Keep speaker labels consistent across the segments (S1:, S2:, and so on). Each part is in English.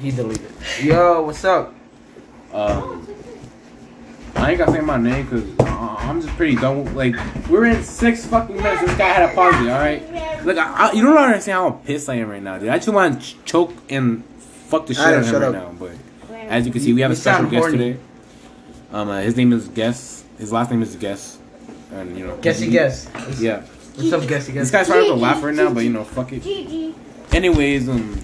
S1: He deleted. Yo, what's up?
S2: Um, I ain't gotta say my name because I'm just pretty dumb. Like, we're in six fucking minutes. This guy had a party, alright? Look, I, I, you don't understand how pissed I am right now, dude. I just want to ch- choke and fuck the shit out
S1: Alright,
S2: of him
S1: shut
S2: right
S1: up.
S2: now. But as you can see, we have a
S1: You sound
S2: special guest
S1: horny.
S2: today. Um, uh, his name is Guess. His last name is Guess. And, you know.
S1: Guessy
S2: he-
S1: guess.
S2: Yeah.
S1: What's up, Guessy guess?
S2: This guy's trying to laugh right now, but, you know, fuck it.
S3: GG.
S2: Anyways, um,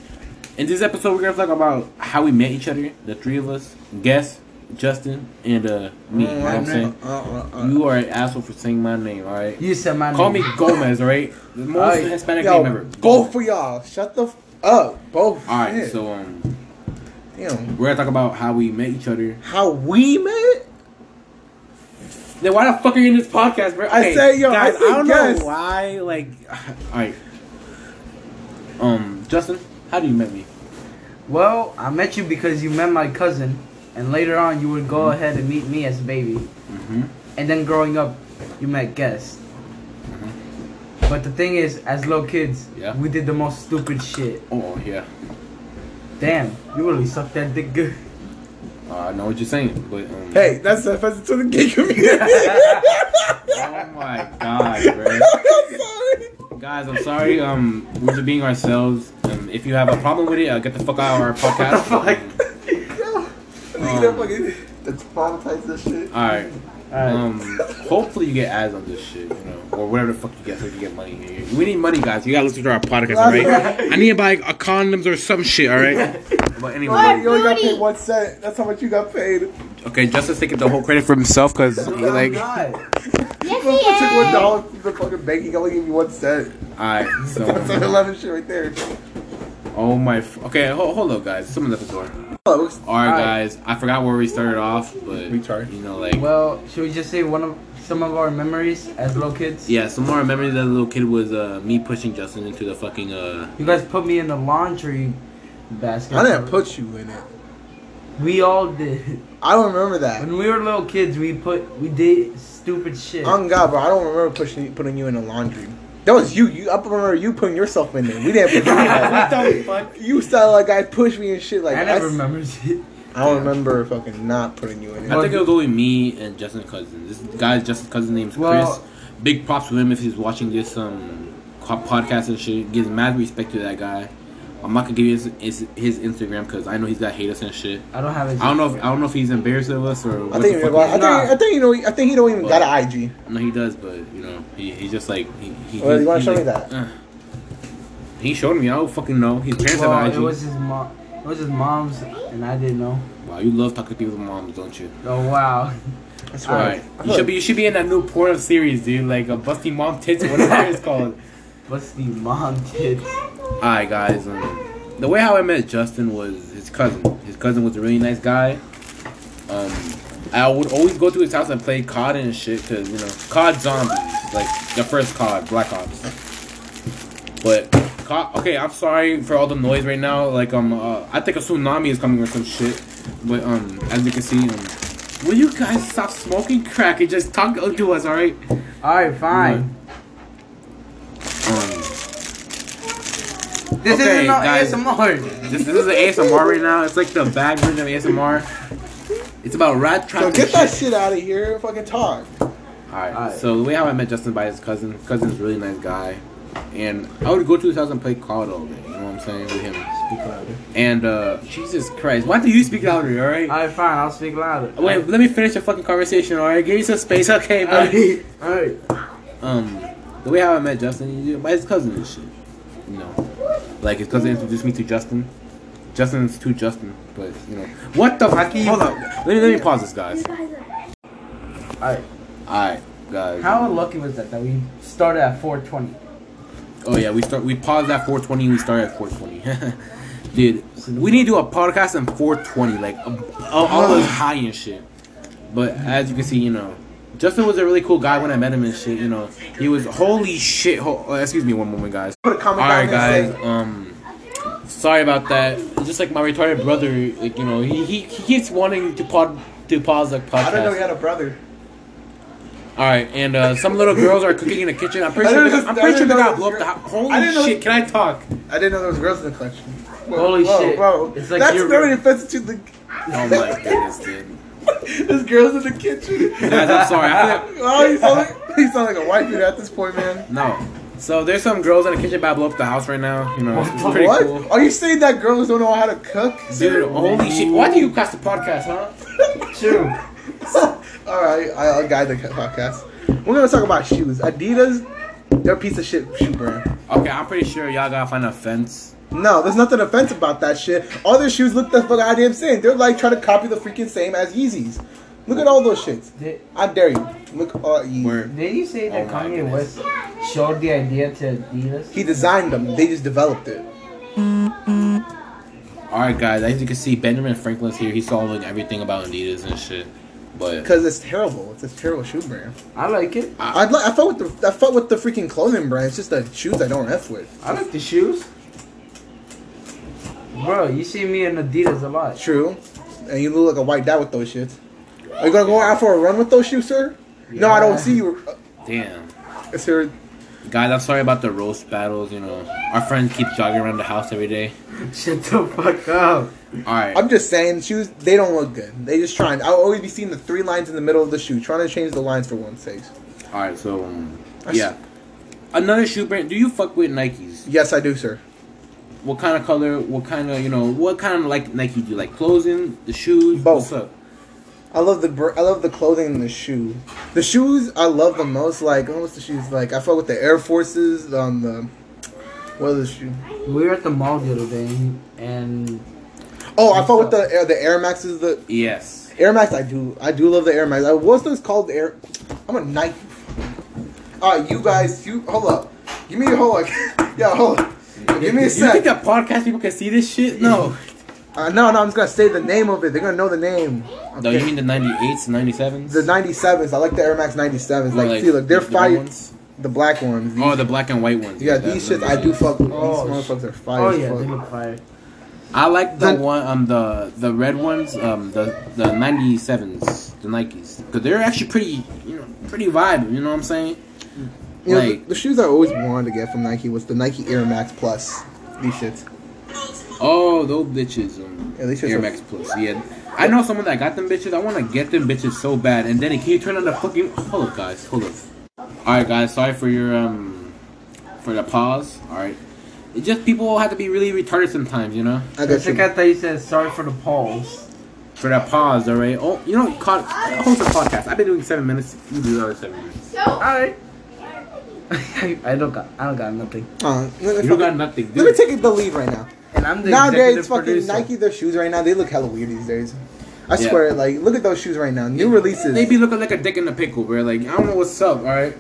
S2: in this episode, we're gonna talk about how we met each other, the three of us, guest, Justin, and uh, me. you know what I'm saying?
S4: uh, Mm,
S2: You are an asshole for saying my name, alright?
S1: You said my
S2: Call me
S1: name.
S2: Gomez, alright? The most
S4: Alright,
S2: Hispanic
S4: yo,
S2: name ever.
S4: Both for y'all. Shut the f- up. Both.
S2: Alright,
S4: Shit.
S2: so, um,
S4: Damn.
S2: we're gonna talk about how we met each other.
S4: How we met?
S2: Then why the fuck are you in this podcast, bro?
S4: I said, yo, I
S2: guys, I,
S4: said
S2: don't
S4: guess.
S2: know why, like, alright. Um, Justin, how do you met me?
S1: Well, I met you because you met my cousin, and later on you would go ahead and meet me as a baby,
S2: Mm-hmm.
S1: and then growing up, you met Guess. But the thing is, as little kids,
S2: Yeah.
S1: we did the most stupid shit.
S2: Oh, yeah.
S1: Damn, you really sucked that dick good.
S2: Uh, I know what you're saying, but, um.
S4: Hey, that's offensive to the gay community.
S2: Oh my god, bro.
S4: I'm sorry.
S2: Guys, I'm sorry. Um, we're just being ourselves. Um, if you have a problem with it, uh, get the fuck out of our podcast.
S4: Yo,
S2: Um,
S4: that fucking that's traumatized this shit.
S2: All right.
S1: Alright.
S2: Um, hopefully you get ads on this shit, you know, or whatever the fuck you get, so you can get money. Here. We need money, guys. You gotta listen to our podcast, all right? I need to buy a condoms or some shit, all right? But
S4: You
S2: anyway,
S4: only got
S3: Booty.
S4: paid one cent. That's how much you got paid. You
S2: okay, Justin's taking the whole credit for himself because he
S1: Oh,
S2: like. All
S1: God.
S3: Yes,
S4: took one
S3: he is.
S4: dollar from the fucking bank. He only gave you one cent.
S2: right,
S4: That's like
S2: so
S4: eleven shit right there.
S2: oh my, f- okay, hold, hold up, guys. Someone at the door.
S4: Oh,
S2: All right, guys. I forgot where we started off, but
S4: Retard.
S2: you know, like.
S1: Well, should we just say one of some of our memories as little kids?
S2: Yeah, some more memories that little kid was uh, me pushing Justin into the fucking uh.
S1: You guys put me in the laundry basket.
S4: I didn't put you in it.
S1: We all did.
S4: I don't remember that.
S1: When we were little kids, we put we did stupid shit.
S4: On God, bro, I don't remember pushing putting you in the laundry. That was you. You, I remember you putting yourself in there. We didn't put you in there. You style like guy pushed me and shit like
S1: I never
S4: s-
S1: remember it.
S4: I don't remember fucking not putting you in
S2: I
S4: it.
S2: think it was only me and Justin's cousin. This guy's Justin's cousin name's
S1: Well-
S2: Chris. Big props to him if he's watching this um co- podcast and shit. Gives mad respect to that guy. I'm not gonna give you his, his, his Instagram because I know he's gonna hate us and shit.
S1: I don't have it.
S2: I don't know. If, I don't know if he's embarrassed of us or. What
S4: I think,
S2: the fuck
S4: well, I think,
S1: Nah.
S4: I think you know, I think he don't even
S2: Well,
S4: got an IG.
S2: No, he does, but you know, he, he's just like he. he
S4: Well, you wanna
S2: he's
S4: show me
S2: like,
S4: that?
S2: "Ugh." He showed me. I don't fucking know. His parents
S1: Well,
S2: have
S1: it
S2: an IG.
S1: was his mom. It was his mom's, and I didn't know.
S2: Wow, you love talking to people's moms, don't you?
S1: Oh wow.
S4: That's
S1: All
S2: Alright. You should be you should be in that new porno series, dude, like a busty mom tits, whatever it's called.
S1: What's the mom tits?
S2: Alright guys, um, the way how I met Justin was his cousin. His cousin was a really nice guy. Um I would always go to his house and play COD and shit, cause you know, COD zombies. Like the first COD, Black Ops. But COD, okay, I'm sorry for all the noise right now. Like um uh, I think a tsunami is coming or some shit. But um as you can see, um, will you guys stop smoking crack and just talk to us, alright?
S1: All right, fine.
S2: Um,
S1: This
S2: Okay,
S1: isn't no
S2: guys.
S1: ASMR.
S2: This, this is the ASMR right now. It's like the bad version of ASMR. It's about rat trap.
S4: So
S2: and
S4: get that
S2: shit.
S4: shit out of here. and Fucking talk.
S2: All right.
S1: Alright.
S2: So the way how I met Justin by his cousin. His cousin's a really nice guy, and I would go to his house and play COD all day. You know what I'm saying with him.
S4: Speak louder.
S2: And uh Jesus Christ, why do you speak louder? All
S1: All
S2: right.
S1: right, fine. I'll speak louder.
S2: Wait, let me finish the fucking conversation. All right. Give me some space, okay,
S1: All
S2: buddy.
S1: right. All right.
S2: um, the way how I met Justin, you know, by his cousin and shit. You know, like his cousin introduced me to Justin. Justin's to Justin, but you know, what the fuck? Hold on, let me let me pause this, guys.
S1: All right.
S2: All right, guys.
S1: How lucky was that that we started at 4:20?
S2: Oh yeah, we start. We paused at 420. We started at 420. Dude, we need to do a podcast in 420, like um, all all those high and shit. But as you can see, you know, Justin was a really cool guy when I met him and shit. You know, he was holy shit. Ho- oh, excuse me, one moment, guys.
S4: Put a comment
S2: All
S4: down
S2: right, guys.
S4: there saying,
S2: Um, sorry about that. Just like my retarded brother, like you know, he he, he keeps wanting to pod to pause the podcast.
S4: I didn't know you had a brother.
S2: I All right, and uh, some little girls are cooking in the kitchen. I'm pretty
S4: I
S2: sure.
S4: didn't
S2: They,
S4: know-
S2: I'm
S4: I
S2: pretty sure
S4: didn't
S2: they
S4: know
S2: got
S4: this
S2: blow up.
S4: girl-
S2: The ho- Holy
S4: I didn't know
S2: shit!
S4: this-
S2: Can I talk?
S4: I didn't know there was girls in the collection. Whoa,
S1: Holy
S4: whoa,
S1: shit.
S4: Whoa.
S1: It's like
S4: That's
S1: you're-
S4: very offensive to the.
S2: Oh my goodness, dude.
S4: There's girls in the kitchen.
S2: Guys, I'm sorry. I feel-
S4: Oh, you sound like, you sound like a white dude at this point, man.
S2: no. So there's some girls in the kitchen about to blow up the house right now. You know, it's pretty
S4: what?
S2: cool.
S4: Are you saying that girls don't know how to cook?
S2: Dude, holy shit! Why do you cast the podcast, huh?
S1: True.
S4: All right, I- I'll guide the podcast. We're gonna talk about shoes. Adidas, they're a piece of shit shoe brand.
S2: Okay, I'm pretty sure y'all gotta find a fence.
S4: No, there's nothing offensive about that shit. All their shoes look the fuck goddamn same. They're like trying to copy the freaking same as Yeezys. Look at all those shits.
S1: Did,
S4: I dare you. Look, uh, Yeezys.
S2: Where?
S1: did you say that
S2: Oh my
S1: Kanye
S2: goodness.
S1: West showed the idea to Adidas?
S4: He designed them. They just developed it.
S2: All right, guys. As you can see, Benjamin Franklin's here. He's solving everything about Adidas and shit. But
S4: Cause it's terrible. It's a terrible shoe brand.
S1: I like it.
S4: I'd li- I fought with the I fought with the freaking clothing brand. It's just the shoes I don't f with.
S1: I like the shoes. Bro, you see me in Adidas a lot.
S4: True, and you look like a white dad with those shits. Are you gonna go out for a run with those shoes, sir? No, I don't see you, uh,
S2: damn.
S4: sir.
S2: Guys, I'm sorry about the roast battles. You know, our friend keeps jogging around the house every day.
S1: Shut the fuck up.
S2: All right,
S4: I'm just saying, shoes they don't look good. They just trying. I'll always be seeing the three lines in the middle of the shoe, trying to change the lines for one's sake.
S2: all right. So, um,
S4: I s-
S2: yeah, another shoe brand. Do you fuck with Nikes?
S4: Yes, I do, sir.
S2: What kind of color? What kind of you know? What kind of like Nike do you like? Clothing, the shoes.
S4: Both.
S2: What's up?
S4: I love the br- I love the clothing and the shoe. The shoes I love the most. Like oh, what's the shoes like? I fuck with the Air Forces. Um, the what is the shoe?
S1: We were at the mall the other day, and
S4: Oh, I fuck with the Air- the Air Maxes. The
S2: Yes.
S4: Air Max I do I do love the Air Max. I, what's those called? Air. I'm a Nike. All right, you guys, you hold up. Give me hold up. yeah, hold up. Give me a
S2: You think
S4: sec.
S2: the podcast people can see this shit? No.
S4: Uh, no, no, I'm just gonna say the name of it. They're gonna know the name.
S2: No, you mean the '98s, '97s?
S4: the 97s? I like the Air Max 97s. Like, see, look, they're
S2: the red
S4: fire.
S2: ones?
S4: The black ones. These,
S2: Oh, the black and white ones.
S4: yeah,
S2: that-
S4: these
S2: that-
S4: shits I do fuck. with. These
S1: Oh,
S4: motherfuckers are fire.
S1: oh
S4: as
S1: yeah,
S4: fuck.
S1: they look fire.
S2: I like the
S4: The-
S2: one um the the red ones um the the '97s the Nikes because they're actually pretty you know pretty vibe. You know what I'm saying?
S4: You know, the-
S2: Like-
S4: the, shoes I always wanted to get from Nike was the Nike Air Max Plus. These shits.
S2: Oh, those bitches. Um,
S4: Yeah, these shits
S2: Air
S4: are-
S2: Max Plus. Yeah, I know someone that got them bitches. I want to get them bitches so bad. And then can you turn on the fucking? Hold up, guys. Hold up. All right, guys. Sorry for your um for the pause. All right. It just people have to be really retarded sometimes, you know.
S4: I
S1: I
S4: got you.
S1: think I thought you said sorry for the polls.
S2: For that pause, all right. Oh, you know, call, host a podcast. I've been doing seven minutes. You do the other seven minutes.
S1: Alright. I don't got I don't got nothing.
S4: Uh,
S2: You don't got nothing, dude.
S4: Let me take the lead right now.
S1: And I'm the
S4: Nowadays,
S1: executive
S4: it's fucking
S1: producer.
S4: Nike. Their shoes right now, they look hella weird these days. I
S2: Yeah.
S4: swear, like, look at those shoes right now. New releases.
S2: They be looking like a dick in a pickle, bro. Like I don't know what's up. All right,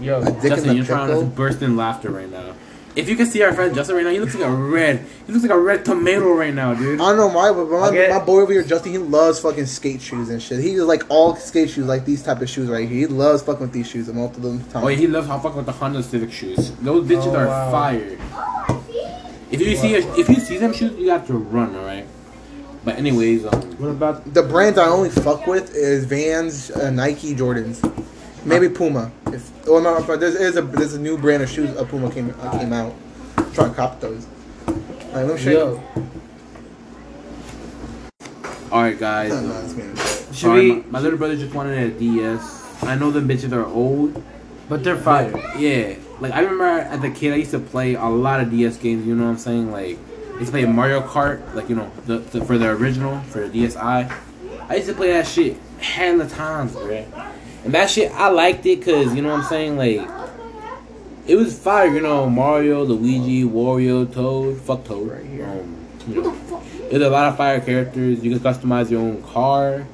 S1: Yo,
S4: Dick in
S2: Justin,
S4: the
S2: you're trying
S4: pickle?
S2: to burst in laughter right now. If you can see our friend Justin right now, he looks like a red. He looks like a red tomato right now, dude.
S4: I don't know why, but my,
S1: Okay.
S4: my boy over here, Justin, he loves fucking skate shoes and shit. He is like all skate shoes, like these type of shoes right here. He loves fucking with these shoes and multiple times.
S2: Oh, yeah, he loves how fuck with the Honda Civic shoes. Those bitches
S1: Oh,
S2: are
S1: wow.
S2: fire. If you see a, if you see them shoes, you have to run. All right. But anyways, um,
S1: what about
S4: The brands I only fuck with is Vans, uh, Nike, Jordans, maybe Puma. If oh no, if- there's is a there's a new brand of shoes uh, Puma came uh, came out. Try to cop those. Like, let me show
S1: yo?
S4: you.
S2: all right, guys.
S4: No,
S2: um,
S4: no, it's me.
S1: Should
S2: Sorry,
S1: we
S2: my, my little brother just wanted a DS. I know them bitches are old.
S1: but they're fire.
S2: Yeah, like I remember as a kid, I used to play a lot of DS games. You know what I'm saying? Like, I used to play Mario Kart, like you know, the, the for the original for the DSi. I used to play that shit hella times, bruh. And that shit, I liked it because you know what I'm saying. Like, it was fire. You know, Mario, Luigi, Wario, Toad, fuck Toad. Right here. Um, you know, there's a lot of fire characters. You can customize your own car,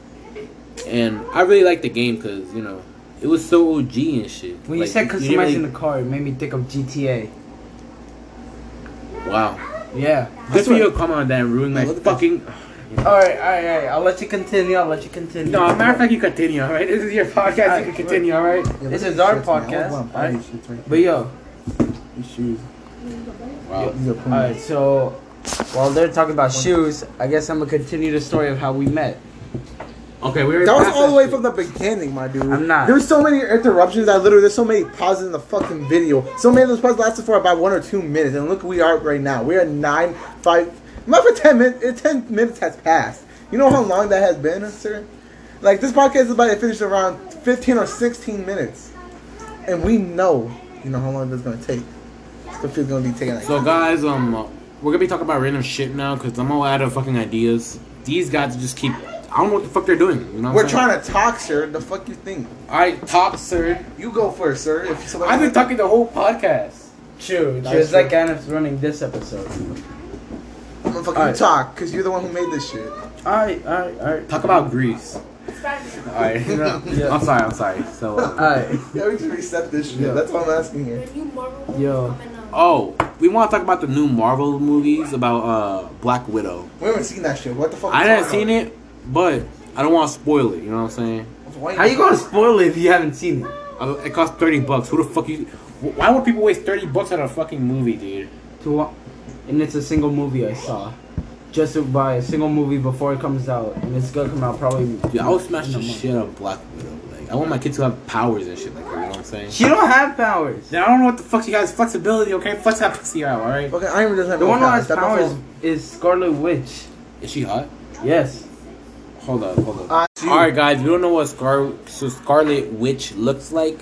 S2: and I really liked the game because you know. It was so OG and shit.
S1: When you
S2: Like,
S1: said
S2: didn't really-
S1: customizing the car, it made me think of GTA.
S2: Wow.
S1: Yeah.
S2: Good for you to come on that and ruin my
S4: Look at
S2: fucking.
S1: Alright, alright, alright. I'll let you continue. I'll let you continue.
S2: No, matter of fact, you continue, alright? This is your podcast, you can continue, alright?
S4: Yeah,
S1: This
S4: look at
S1: is
S4: these
S1: our
S4: shits, man. I
S1: podcast,
S4: wanna buy
S1: right?
S4: these shits right
S1: But yo,
S4: here. These shoes.
S2: Wow.
S4: These are Puma.
S1: alright, so while they're talking about shoes, I guess I'm gonna continue the story of how we met.
S2: Okay, we already
S4: That was
S2: passed
S4: all the way
S2: shit.
S4: from the beginning, my dude.
S1: I'm not.
S4: There's so many interruptions. I literally there's so many pauses in the fucking video. So many of those pauses lasted for about one or two minutes. And look, where we are right now. We are nine, five, not for ten minutes. It, ten minutes has passed. You know how long that has been, sir? Like this podcast is about to finish around fifteen or sixteen minutes, and we know, you know how long that's gonna take. This is gonna be taking like
S2: So guys, um, uh, we're gonna be talking about random shit now because I'm all out of fucking ideas. These guys just keep. I don't know what the fuck they're doing. You know. What
S4: We're
S2: I'm
S4: trying to talk, sir. The fuck you think?
S2: All right, talk, sir.
S4: You go first, sir. If somebody-
S2: I've been talking the whole podcast.
S1: True.
S4: That's
S1: Just
S4: true.
S1: like Anna's running this episode.
S4: Motherfucker,
S1: All
S4: you
S1: right.
S4: talk, cause you're the one who made this shit.
S1: Alright, alright, alright.
S2: Talk about Greece.
S3: Spider-Man.
S2: All right.
S1: Yeah.
S2: I'm sorry. I'm sorry. So. Uh,
S1: Alright.
S4: Yeah, we can reset this shit.
S1: Yeah.
S4: That's what I'm asking here.
S3: The new Marvel movie
S1: Yo.
S3: coming out.
S2: oh, we want to talk about the new Marvel movies about uh Black Widow.
S4: We haven't seen that shit. What the fuck?
S2: I haven't seen it, but I don't want to spoil it. You know what I'm saying?
S1: How you gonna spoil it if you haven't seen it?
S2: I, it costs thirty bucks. Who the fuck you? wh- Why would people waste thirty bucks on a fucking movie, dude?
S1: To wa- and it's a single movie I saw. Just to buy a single movie before it comes out, and it's gonna come out probably.
S2: Dude, I would smash
S1: in a
S2: the
S1: month.
S2: shit out of Black Widow. Like, I want my kids to have powers and shit like that. You know what I'm saying?
S1: She don't have powers.
S2: Now, I don't know what the fuck you guys flexibility. Okay, flex that pussy out. All right.
S4: Okay, Iron Man doesn't have
S1: The
S4: no
S1: one who has
S4: powers. That
S1: powers
S4: motherfucker-
S1: is Scarlet Witch.
S2: Is she hot?
S1: Yes.
S2: Hold up. Hold up.
S4: Ah,
S2: All right, guys. If you don't know what Scar so Scarlet Witch looks like,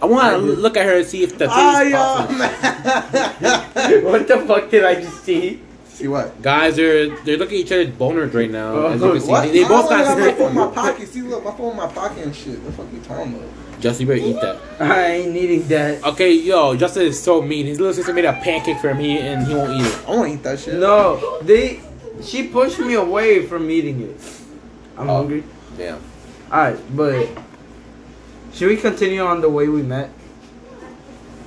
S2: I want to look at her and see if the
S4: Ah,
S2: titties pop out.
S4: yeah.
S1: what the fuck did I just see?
S4: See what?
S2: Guys, they're they're looking at each other's boners right now. as you can see,
S4: What?
S2: They, they
S4: I
S2: both
S4: don't
S2: got
S4: have my phone in my
S2: silicone.
S4: pocket. See, look, my phone in my pocket and shit. The fuck you talking about?
S2: Justin, you better eat that.
S1: I ain't needing that.
S2: Okay, yo, Justin is so mean. His little sister made a pancake for me, and he won't eat it.
S4: I want to eat that shit.
S1: No, they. She pushed me away from eating it. I'm
S2: Oh.
S1: hungry.
S2: Damn.
S1: Alright, but. Should we continue on the way we met?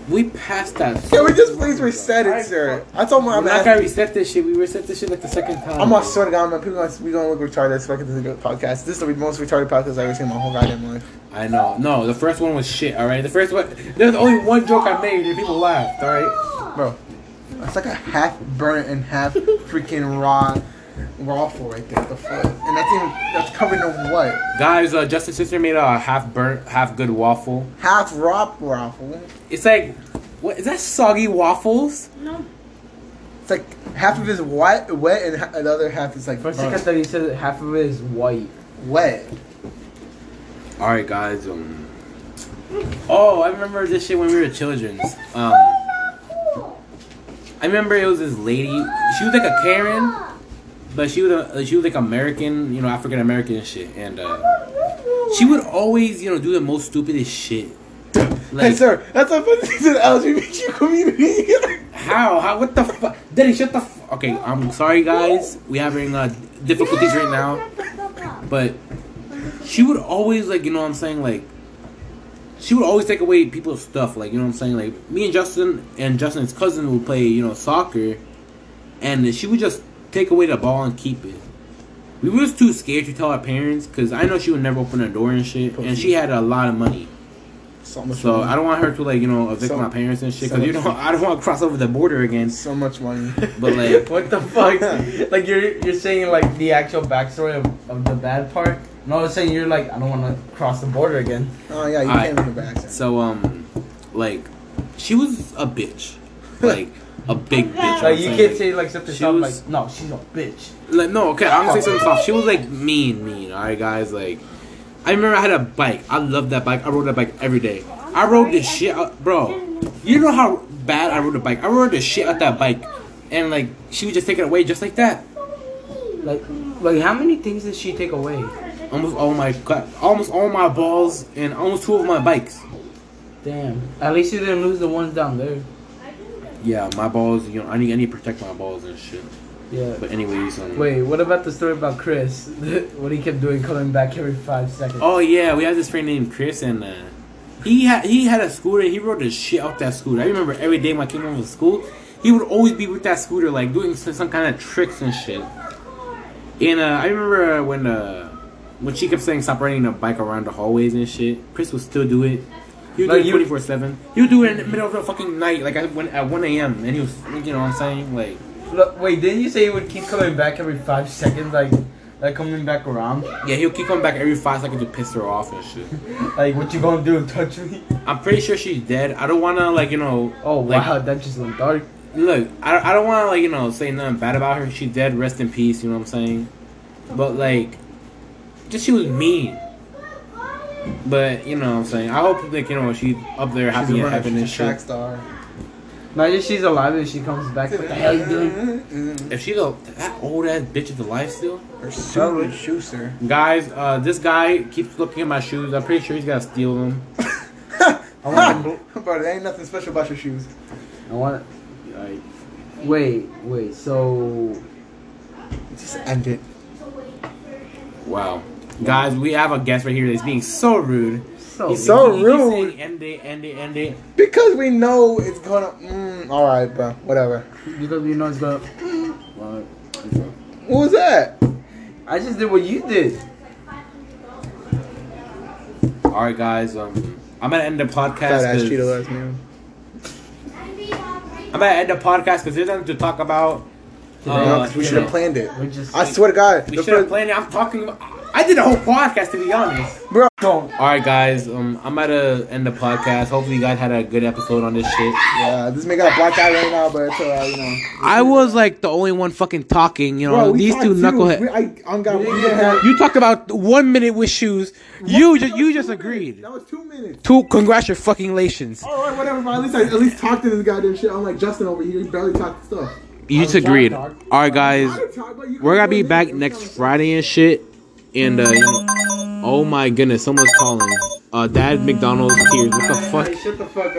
S2: We passed that.
S4: Can we just please reset it, sir? I told my
S2: I'm
S4: I'm
S2: not gonna
S4: asking.
S2: reset this shit. We reset this shit like the second time.
S4: I'm gonna swear to God, man. People gonna we gonna look retarded. It's fucking this is a good podcast. This is the most retarded podcast I've ever seen in my whole goddamn life.
S2: I know. No, the first one was shit. All right, the first one. There's only one joke I made, and people laughed. All right.
S4: Bro, that's like a half burnt and half freaking raw waffle right there. The fuck? And that's even that's covered in what?
S2: Guys, uh, Justin's sister made a half burnt, half good waffle.
S4: Half raw waffle.
S2: It's like, what is that? Soggy waffles?
S3: No.
S4: It's like half of it is wet, wet, and ha- the other half is like
S1: First,
S4: burnt.
S1: I thought you said that half of it is white.
S4: wet.
S2: All right, guys. Um. Oh, I remember this shit when we were children's. Um. I remember it was this lady. She was like a Karen, but she was a, she was like American, you know, African American and shit, and uh, she would always, you know, do the most stupidest shit.
S4: hey, sir, that's a funny thing to the LGBTQ community.
S2: How? How? What the fuck? Diddy, shut the f- Okay, I'm sorry, guys. we having uh, difficulties right now. But she would always, like, you know what I'm saying? Like, she would always take away people's stuff. Like, you know what I'm saying? Like, me and Justin and Justin's cousin would play, you know, soccer. And she would just take away the ball and keep it. We was too scared to tell our parents because I know she would never open her door and shit. And she had a lot of money.
S4: so much
S2: So
S4: money.
S2: I don't want her to, like, you know, evict
S4: So-
S2: my parents and shit
S4: so
S2: because, you know,
S4: much-
S2: I don't want to cross over the border again.
S4: so much money.
S2: But, like,
S1: What the fuck? like you're you're saying like the actual backstory of, of the bad part. No, I'm saying you're like I don't want to cross the border again.
S4: Oh yeah, you
S2: All
S4: can't in the back.
S2: So um, like, she was a bitch, like a big bitch.
S1: Like
S2: I'm
S1: you
S2: saying.
S1: can't say like something
S2: She
S1: soft
S2: was-
S1: like no, she's a bitch.
S2: Like no, okay, I'm gonna say something soft. She was like mean, mean. All right, guys, like. I remember I had a bike. I loved that bike. I rode that bike every day. I rode this shit out, bro. You know how bad I rode the bike. I rode the shit out that bike, and like she would just take it away just like that.
S1: Like like how many things did she take away?
S2: Almost all my cut, almost all my balls, and almost two of my bikes.
S1: Damn. At least you didn't lose the ones down there.
S2: Yeah, my balls. You know, I need I need to protect my balls and shit.
S1: Yeah.
S2: But anyways, um,
S1: Wait, what about the story about Chris? what he kept doing, coming back every five seconds.
S2: Oh yeah, we had this friend named Chris, and uh, he had he had a scooter. He rode the shit off that scooter. I remember every day when I came home from school, he would always be with that scooter, like doing some, some kind of tricks and shit. And uh, I remember uh, when uh, when she kept saying stop riding the bike around the hallways and shit, Chris would still do it. He would
S1: Like
S2: do it
S1: you-
S2: twenty four seven. He would do it in the middle of the fucking night, like at one at one a.m. And he was, you know, what I'm saying, like
S1: Look, wait, didn't you say he would keep coming back every five seconds? Like, like coming back around.
S2: Yeah, he'll keep coming back every five seconds to piss her off and shit.
S1: Like, what you gonna do? Touch me?
S2: I'm pretty sure she's dead. I don't wanna like you know.
S1: Oh
S2: like,
S1: wow, that just went dark.
S2: Look, I, I don't wanna like you know say nothing bad about her. She's dead. Rest in peace. You know what I'm saying? But like, just she was mean. But you know what I'm saying. I hope like you know she's up there happy
S4: she's a
S2: and
S4: runner.
S2: heaven and
S4: She's a track
S2: shit.
S4: star.
S1: Imagine she's alive and she comes back. What the hell you doing?
S2: If she's a that old ass bitch is alive still.
S4: Or Susan Schuster.
S2: Guys, uh, this guy keeps looking at my shoes. I'm pretty sure he's gotta steal them.
S1: I want.
S4: Bro, there ain't nothing special about your shoes.
S1: I want.
S2: Like,
S1: Wait, wait. So
S4: Just end it.
S2: wow. Guys, we have a guest right here that's being so rude.
S1: so.
S2: He's-
S4: so
S2: Oh, he- he keeps
S4: rude.
S2: saying, End it, end it, end it.
S4: Because we know it's gonna. Mm, all right, bro. Whatever.
S1: because we know it's gonna. Well,
S4: What was that?
S1: I just did what you did.
S2: All right, guys. Um, I'm gonna end the podcast.
S4: Fat ass
S2: 'cause-
S4: Cheeto ass man.
S2: I'm gonna end the podcast because there's nothing to talk about.
S4: No,
S2: Uh,
S4: 'cause Oh, we
S2: you
S4: should
S2: know,
S4: have planned it.
S1: We just.
S4: I swear to God,
S2: We
S4: the
S2: should have
S4: fir-
S2: planned it. I'm talking. About, I did a whole podcast to be honest.
S4: bro.
S1: don't.
S2: All right, guys. Um, I'm gonna end the podcast. Hopefully, you guys had a good episode on this shit.
S4: Yeah, this man got a black eye right now, but it's alright, you know.
S2: I was like the only one fucking talking. You know,
S4: Bro, we
S2: these
S4: thought
S2: two
S4: you- we-
S2: knuckleheads.
S4: I, I'm got.
S1: We didn't
S4: we
S1: get
S4: had-
S2: You talked about one minute with shoes. You just you just
S4: That was two minutes.
S2: agreed.
S4: That was two minutes.
S2: Two congratulations.
S4: All right, whatever. But at least I at least talked to this goddamn shit. I'm like Justin over here. He barely talked stuff.
S2: You just agreed. All right, guys.
S4: I talk, but you
S2: We're gonna
S4: couldn't
S2: be
S4: do
S2: back
S4: anything.
S2: next Friday and shit. And uh, you know, oh my goodness, someone's calling. Uh, Dad McDonald's tears. What the fuck?
S1: Hey, shut the fuck up.